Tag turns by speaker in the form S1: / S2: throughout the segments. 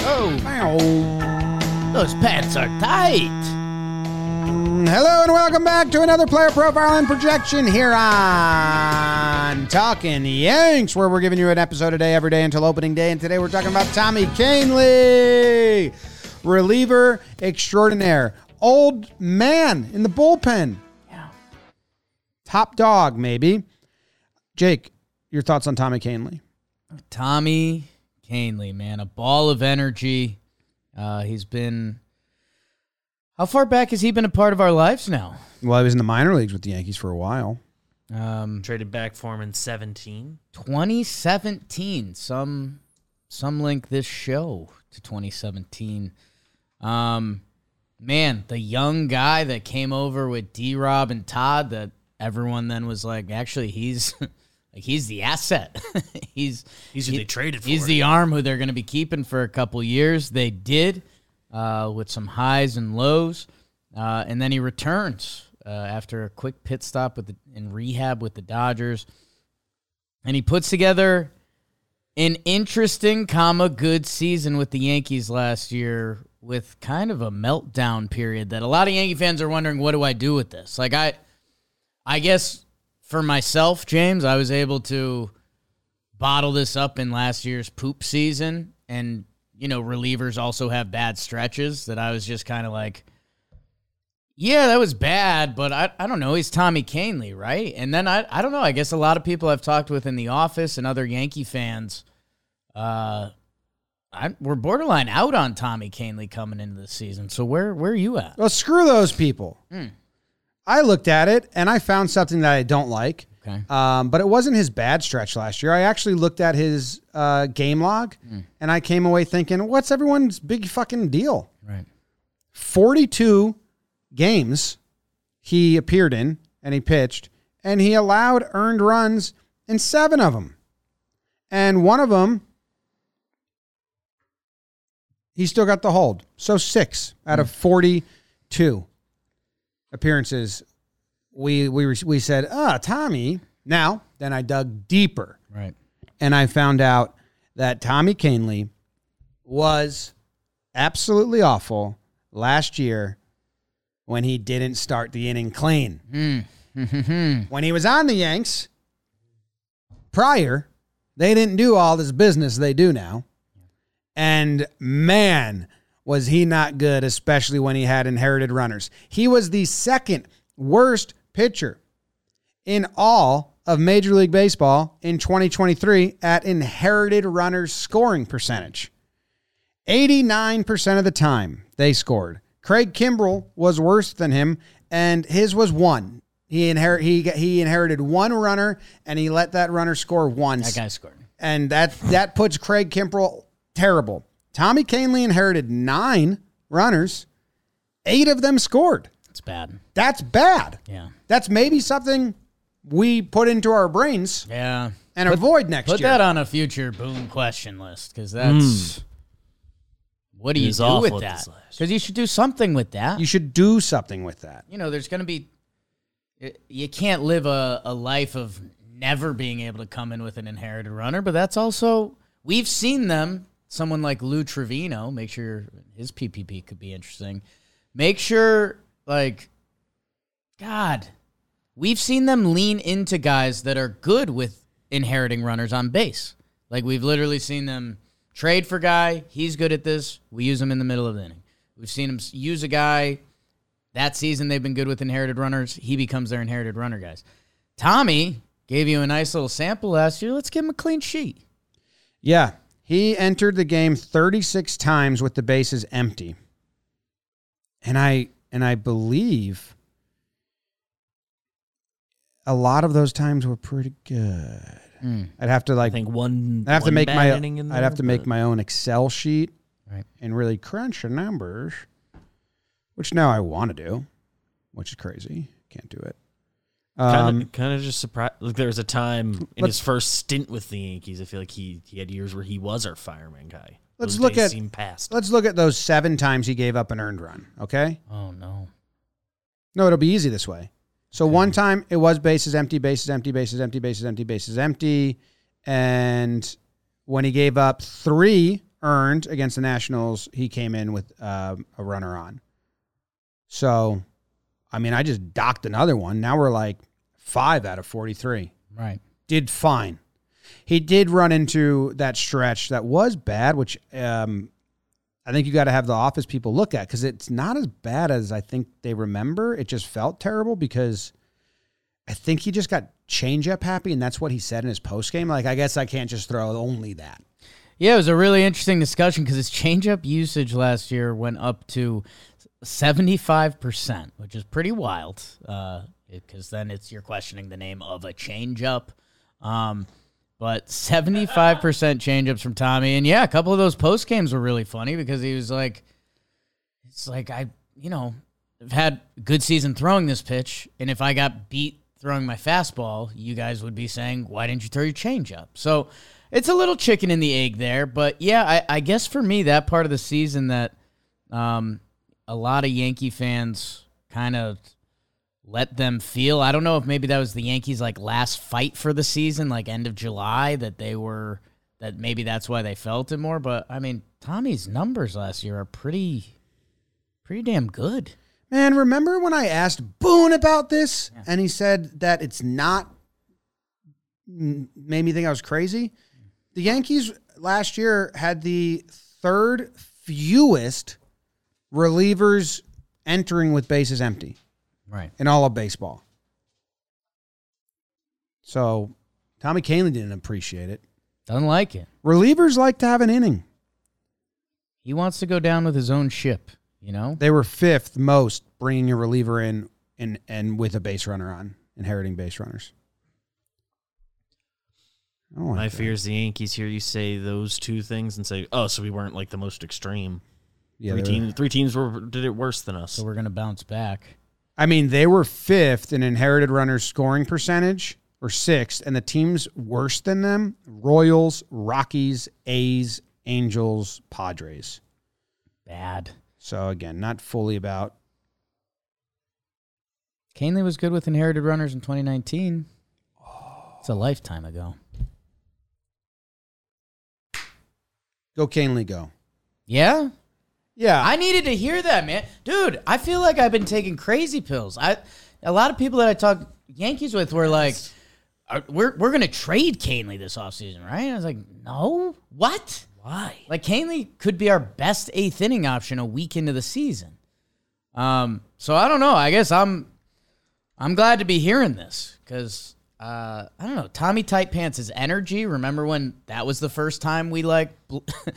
S1: Whoa!
S2: Oh.
S1: Those pants are tight.
S2: Hello and welcome back to another player profile and projection here on Talking Yanks, where we're giving you an episode a day every day until opening day. And today we're talking about Tommy Canely, reliever extraordinaire, old man in the bullpen,
S1: Yeah.
S2: top dog maybe. Jake, your thoughts on Tommy Canely?
S3: Tommy Canely, man, a ball of energy. Uh, he's been. How far back has he been a part of our lives now?
S2: Well, he was in the minor leagues with the Yankees for a while.
S3: Um,
S4: Traded back for him in 17.
S3: 2017. Some some link this show to 2017. Um, man, the young guy that came over with D Rob and Todd that everyone then was like, actually, he's like he's the asset. he's
S4: He's who they traded for.
S3: He's the arm who they're going to be keeping for a couple years. They did uh, with some highs and lows, uh, and then he returns uh, after a quick pit stop with the, in rehab with the Dodgers, and he puts together an interesting, comma good season with the Yankees last year. With kind of a meltdown period that a lot of Yankee fans are wondering, what do I do with this? Like I, I guess for myself, James, I was able to bottle this up in last year's poop season and you know relievers also have bad stretches that i was just kind of like yeah that was bad but I, I don't know he's tommy canely right and then I, I don't know i guess a lot of people i've talked with in the office and other yankee fans uh I, we're borderline out on tommy canely coming into the season so where where are you at
S2: Well, screw those people. I looked at it and I found something that I don't like.
S3: okay
S2: Um, but it wasn't his bad stretch last year. I actually looked at his uh, game log and I came away thinking, what's everyone's big fucking deal?
S3: right
S2: 42 games he appeared in and he pitched, and he allowed earned runs in seven of them. And one of them, he still got the hold. So six out of 42 appearances. We, we, were- we said, ah, Tommy. Now, then I dug deeper
S3: right
S2: and I found out that Tommy Canely was absolutely awful last year when he didn't start the inning clean. when he was on the Yanks prior, they didn't do all this business they do now. And man, was he not good, especially when he had inherited runners. He was the second worst pitcher in all of Major League Baseball in 2023 at inherited runners scoring percentage. 89% of the time they scored. Craig Kimbrell was worse than him, and his was one. He inherit he he inherited one runner, and he let that runner score once
S3: that guy scored
S2: and that that puts Craig Kimbrell terrible. Tommy Canely inherited nine runners, eight of them scored.
S3: it's bad
S2: That's bad.
S3: yeah
S2: That's maybe something we put into our brains
S3: yeah
S2: and avoid next
S3: Put
S2: year.
S3: that on a future boom question list because that's what do you
S4: He's
S3: do
S4: awful
S3: with
S4: at
S3: that?
S4: this list.
S3: Because you should do something with that.
S2: You
S3: You,
S2: should do something with that.
S3: know, there's going to be it- you can't live a, a life of never being able to come in with an inherited runner, but that's also we've seen them. Someone like Lou Trevino, make sure his PPP could be interesting. Make sure like God, we've seen them lean into guys that are good with inheriting runners on base. Like we've literally seen them trade for guy, he's good at this. We use him in the middle of the inning. We've seen him s- use a guy that season. They've been good with inherited runners. He becomes their inherited runner guys. Tommy gave you a nice little sample last year. Let's give him a clean sheet.
S2: Yeah. He entered the game 36 times with the bases empty. And I and I believe a lot of those times were pretty good.
S3: Mm.
S2: I'd have to
S4: I
S2: like
S4: think one.
S2: I'd have to
S4: one
S2: make
S4: bad
S2: my
S4: inning in
S2: I'd have
S4: there,
S2: to make
S4: but-
S2: my own Excel sheet
S3: Right.
S2: and really crunch the numbers, which now I want to do, which is crazy. Can't do it.
S4: Kind
S2: Um,
S4: of, kind of just surprised. Like there was a time in
S2: Let's-
S4: his first stint with the Yankees, I feel like he, he had years where he was our fireman guy.
S2: Let's
S4: Those
S2: look
S4: days
S2: at-
S4: seem past.
S2: let's look at those seven times he gave up an earned run. Okay,
S3: Oh no.
S2: no, it'll be easy this way. So one time it was bases empty, bases empty, bases empty, bases empty, bases empty, and when he gave up three earned against the Nationals, he came in with um, a runner on. So, I mean, I just docked another one. Now we're like five out of 43.
S3: Right.
S2: Did fine. He did run into that stretch that was bad, which um, I think you got to have the office people look at because it's not as bad as I think they remember. It just felt terrible because I think he just got change up happy, and that's what he said in his post game. Like, I guess I can't just throw only that.
S3: Yeah, it was a really interesting discussion because his changeup usage last year went up to 75%, which is pretty wild because then it's you're questioning the name of a changeup. Um, but 75% changeups from Tommy. And yeah, a couple of those post games were really funny because he was like, it's like, I, you know, have had a good season throwing this pitch. And if I got beat throwing my fastball, you guys would be saying, why didn't you throw your changeup? So it's a little chicken in the egg there. But yeah, I, I guess for me, that part of the season that um, a lot of Yankee fans kind of let them feel. I don't know if maybe that was the Yankees like last fight for the season, like end of July, that they were that maybe that's why they felt it more. But I mean, Tommy's numbers last year are pretty pretty damn good.
S2: Man, remember when I asked Boone about this and he said that it's not m- made me think I was crazy? The Yankees last year had the third fewest relievers entering with bases empty
S3: Right.
S2: in all of baseball. So Tommy Canley didn't appreciate it.
S3: Doesn't like it.
S2: Relievers like to have an inning.
S3: He wants to go down with his own ship, you know?
S2: They were fifth most bringing a reliever in and and with a base runner on, inheriting base runners. I don't like
S4: My
S2: that.
S4: fear is the Yankees hear you say those two things and say, "Oh, so we weren't like the most extreme.
S2: Yeah, they
S4: three,
S2: were-
S4: teams, three teams were did it worse than us."
S3: So we're going to bounce back.
S2: I mean, they were fifth in inherited runners scoring percentage or sixth, and the teams worse than them Royals, Rockies, A's, Angels, Padres.
S3: Bad.
S2: So again, not fully about
S3: Canley was good with inherited runners in 2019. It's a lifetime ago.
S2: go Canley go.
S3: Yeah?
S2: Yeah,
S3: I needed to hear that, man. Dude, I feel like I've been taking crazy pills. I a lot of people that I talk Yankees with were like "Are- we're we're going to trade Canley this offseason, right? I was like, "No. What?
S4: Why?
S3: Like Canley could be our best eighth inning option a week into the season. Um, so I don't know. I guess I'm I'm glad to be hearing this because uh, I don't know. Tommy Tight Pants is energy. Remember when that was the first time we like bl-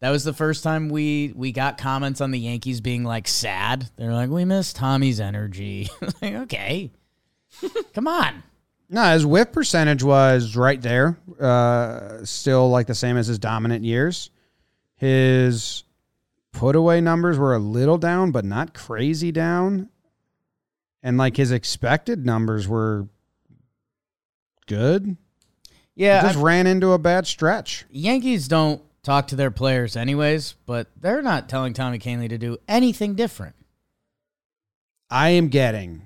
S3: that was the first time we we got comments on the Yankees being like sad. They're like, we miss Tommy's energy. like, okay, come on.
S2: No, his whiff percentage was right there, uh, still like the same as his dominant years. His put away numbers were a little down, but not crazy down. And like his expected numbers were good.
S3: Yeah,
S2: Just ran into a bad stretch.
S3: Yankees don't talk to their players anyways, but they're not telling Tommy Canley to do anything different.
S2: I am getting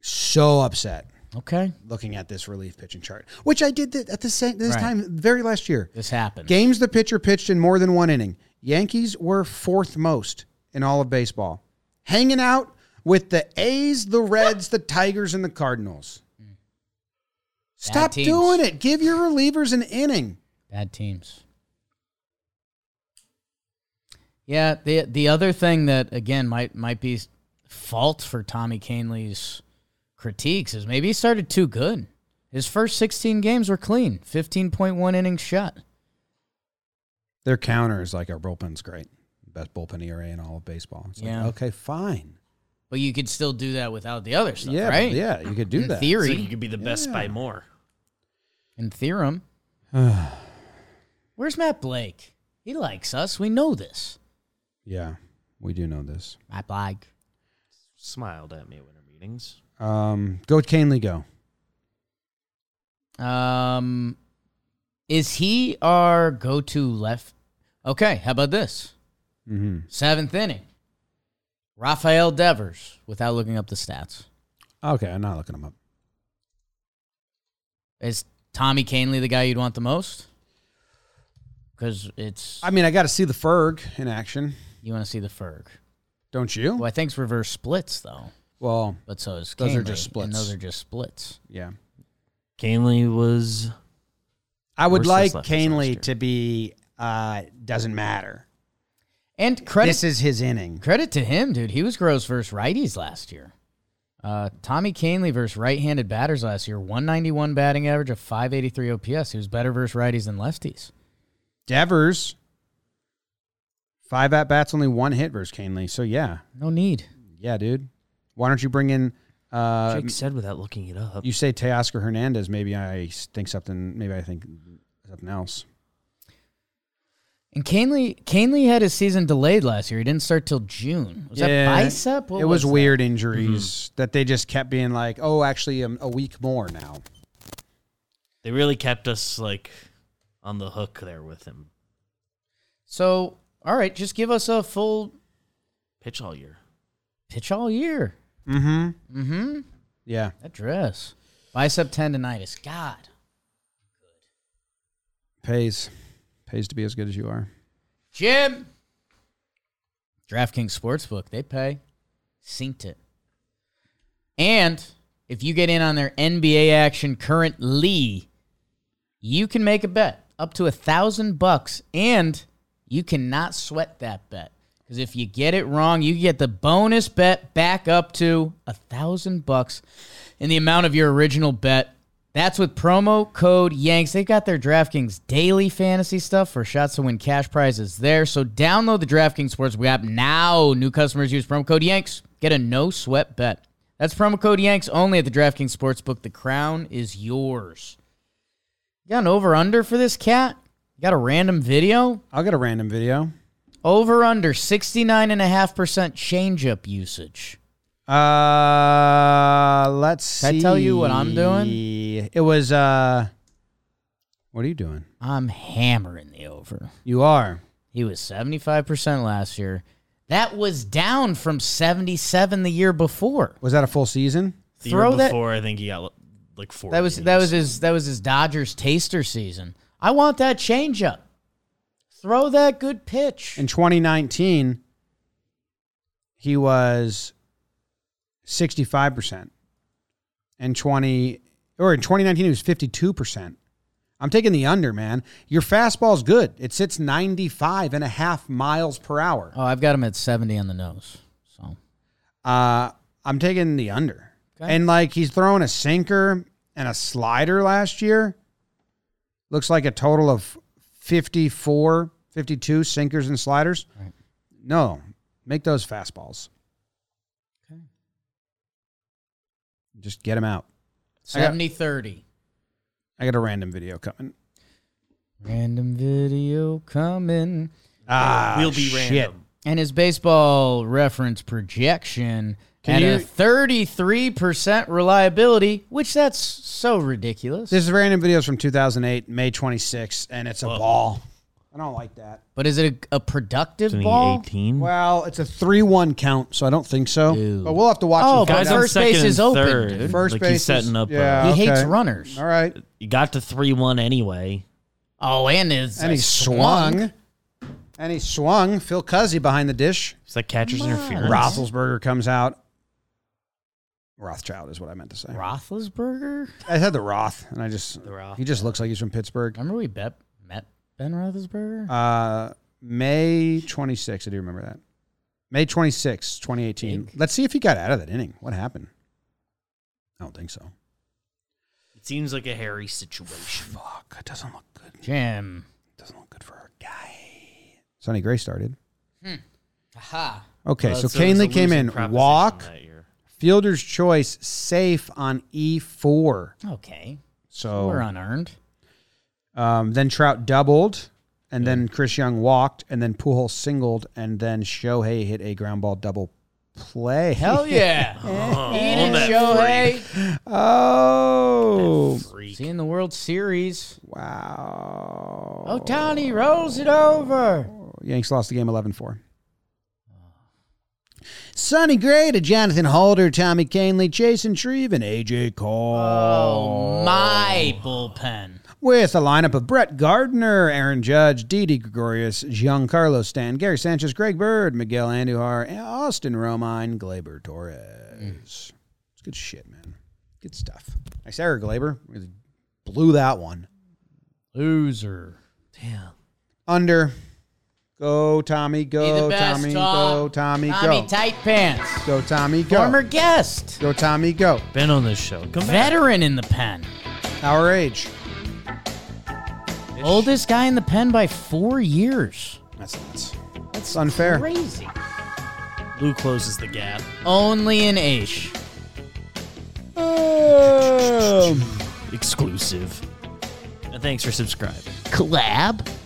S2: so upset
S3: Okay.
S2: looking at this relief pitching chart, which I did th- at the same this
S3: Right.
S2: time very last year.
S3: This happened.
S2: Games the pitcher pitched in more than one inning. Yankees were fourth most in all of baseball, hanging out with the A's, the Reds, the Tigers, and the Cardinals. Stop
S3: teams.
S2: doing it. Give your relievers an inning.
S3: Bad teams. Yeah, the the other thing that again might might be fault for Tommy Canley's critiques is maybe he started too good. His first 16 games were clean, 15.1 innings shut.
S2: Their counter is like our bullpen's great. Best bullpen ERA in all of baseball. It's like,
S3: Yeah.
S2: okay, fine.
S3: But you could still do that without the other stuff,
S2: yeah,
S3: right?
S2: yeah, you could do
S3: In
S2: that.
S4: So
S3: theory,
S4: you could be the best by more.
S3: in theorem. Where's Matt Blake? He likes us. We know this.
S2: yeah, we do know this.
S3: Matt Blake.
S4: Smiled at me when our meetings.
S2: Um, go Canley, go.
S3: Um, is he our go-to left? Okay, how about this?
S2: Mm-hmm.
S3: Seventh inning, Rafael Devers. Without looking up the stats,
S2: Okay, I'm not looking them up.
S3: is Tommy Canley the guy you'd want the most? because it's
S2: I mean, I got to see the Ferg in action,
S3: you want to see the Ferg.
S2: don't you?
S3: Well, I think's reverse splits though,
S2: Well,
S3: but so is
S2: Those are
S3: Canely,
S2: just
S3: and
S2: splits.
S3: those are just splits.
S2: yeah.
S4: Canley was
S2: I would
S4: Worst
S2: like
S4: since last year.
S2: Canley to be. Uh, doesn't matter.
S3: And credit
S2: This is his inning.
S3: Credit to him, dude. He was gross versus righties last year. Uh, Tommy Canley versus right-handed batters last year, 191 batting average of 583 OPS. He was better versus righties than lefties.
S2: Devers, five at bats, only one hit versus Canley. So yeah,
S3: No need.
S2: yeah, dude. Why don't you bring in? Uh,
S4: Jake said without looking it up.
S2: you say Teoscar Hernandez. Maybe I s- think something. Maybe I think something else.
S3: And Canley, Canley had his season delayed last year. He didn't start till June. Was that bicep? What
S2: it was,
S3: that?
S2: weird injuries that they just kept being like, oh, actually, um, a week more now.
S4: They really kept us like on the hook there with him.
S3: So, all right, just give us a full
S4: Pitch all year.
S3: pitch all year.
S2: Mm-hmm.
S3: Mm-hmm.
S2: Yeah.
S3: That dress. Bicep tendonitis. God.
S2: Pays. Pays to be as good as you are.
S3: Jim. DraftKings Sportsbook, they pay. Synced it. And if you get in on their NBA action currently, you can make a bet up to a thousand bucks, and you cannot sweat that bet because if you get it wrong, you get the bonus bet back up to a thousand bucks in the amount of your original bet. That's with promo code Yanks. They've got their DraftKings daily fantasy stuff for shots to win cash prizes there. So download the DraftKings Sportsbook app now. New customers use promo code Yanks. Get a no sweat bet. That's promo code Yanks only at the DraftKings Sportsbook. The crown is yours. You got an over under for this cat? You got a random video?
S2: I'll get a random video.
S3: Over under 69.5% change up usage.
S2: Uh, let's
S3: Can I
S2: see.
S3: tell you what I'm doing?
S2: It was, uh, what are you doing?
S3: I'm hammering the over.
S2: You are.
S3: He was 75% last year. That was down from 77 the year before.
S2: Was that a full season?
S4: The
S3: Throw
S4: year
S3: that-
S4: before, I think he got like four.
S3: That was that was his that was his Dodgers taster season. I want that change up. Throw that good pitch.
S2: In 2019, he was 65%. In 20 or in 2019 he was 52%. I'm taking the under, man. Your fastball's good. It sits 95 and a half miles per hour.
S3: Oh, I've got him at 70 on the nose. So,
S2: Uh, I'm taking the under.
S3: Okay.
S2: And like he's throwing a sinker and a slider last year. Looks like a total of 54, 52 sinkers and sliders.
S3: Right.
S2: No, make those fastballs.
S3: Okay.
S2: Just get him out.
S3: 70 30.
S2: I got a random video coming.
S3: Random video coming.
S2: Ah,
S4: we'll be
S2: shit.
S4: random.
S3: And his baseball reference projection
S2: Can
S3: at
S2: you-
S3: a 33% reliability, which that's so ridiculous.
S2: This is random videos from 2008, May 26th, and it's a ball. I don't like that.
S3: but is it a, a productive ball?
S4: 2018.
S2: Well, it's a 3 1 count, so I don't think so.
S3: Ew.
S2: But we'll have to watch
S3: Oh,
S2: and find
S4: Guys,
S3: Guys,
S2: out.
S4: I'm
S3: first base
S4: second
S3: is
S4: and
S3: open,
S4: third.
S3: dude.
S2: First
S4: like
S2: base
S4: he's
S2: is-
S4: setting up.
S2: yeah.
S4: uh,
S3: He hates
S2: Okay.
S3: runners.
S2: All right.
S4: he got to three one anyway.
S3: Oh, and his
S2: And he swung. And he swung. Phil Cuzzy behind the dish.
S4: It's like catcher's interference.
S2: Roethlisberger comes out. Rothschild is what I meant to say.
S3: Roethlisberger.
S2: I said the Roth, and I just
S4: Roth.
S2: he just looks like he's from Pittsburgh.
S3: Remember we bet, met Ben Roethlisberger?
S2: Uh, May 26th, I do remember that. May 26th, 2018.
S3: Big.
S2: Let's see if he got out of that inning. What happened? I don't think so.
S4: It seems like a hairy situation.
S2: Fuck, it doesn't look good.
S3: Jim.
S2: It doesn't look good for our guy. Sonny Gray started.
S3: Aha.
S2: Okay,
S4: Uh,
S2: so,
S4: it was a
S2: Canley came
S4: losing
S2: in,
S4: proposition
S2: walk,
S4: that year.
S2: fielder's choice, safe on E4.
S3: Okay.
S2: So
S3: We're unearned.
S2: Um, then Trout doubled, and then Chris Young walked, and then Pujols singled, and then Shohei hit a ground ball double play.
S3: Hell yeah.
S4: Oh,
S3: Eat it,
S4: that
S3: Shohei.
S2: Oh,
S4: freak.
S3: Seeing the World Series.
S2: wow.
S3: Oh, Tony rolls it over.
S2: Yanks lost the game 11 4. Sonny Gray to Jonathan Holder, Tommy Canley, Jason Shreve, and AJ Cole.
S3: Oh, my Oh, bullpen.
S2: with a lineup of Brett Gardner, Aaron Judge, Didi Gregorius, Giancarlo Stan, Gary Sanchez, Greg Bird, Miguel Andujar, and Austin Romine, Glaber Torres.
S3: Mm.
S2: It's good shit, man. Good stuff. I Sarah Glaber really blew that one.
S3: Loser.
S4: Damn.
S2: Under. Go, Tommy.
S3: Be
S2: Go,
S3: the best,
S2: Tommy.
S3: Tom.
S2: Go, Tommy.
S3: Tommy
S2: Go.
S3: Tight Pants.
S2: Go, Tommy. Go.
S3: Former guest.
S2: Go, Tommy. Go.
S4: Been on this show. Come back.
S3: Veteran in the pen.
S2: Our age.
S3: Oldest guy in the pen by four years.
S2: That's nuts. That's unfair.
S3: Crazy.
S4: Lou closes the gap.
S3: Only in Aish.
S4: Exclusive. And thanks for subscribing.
S1: Collab?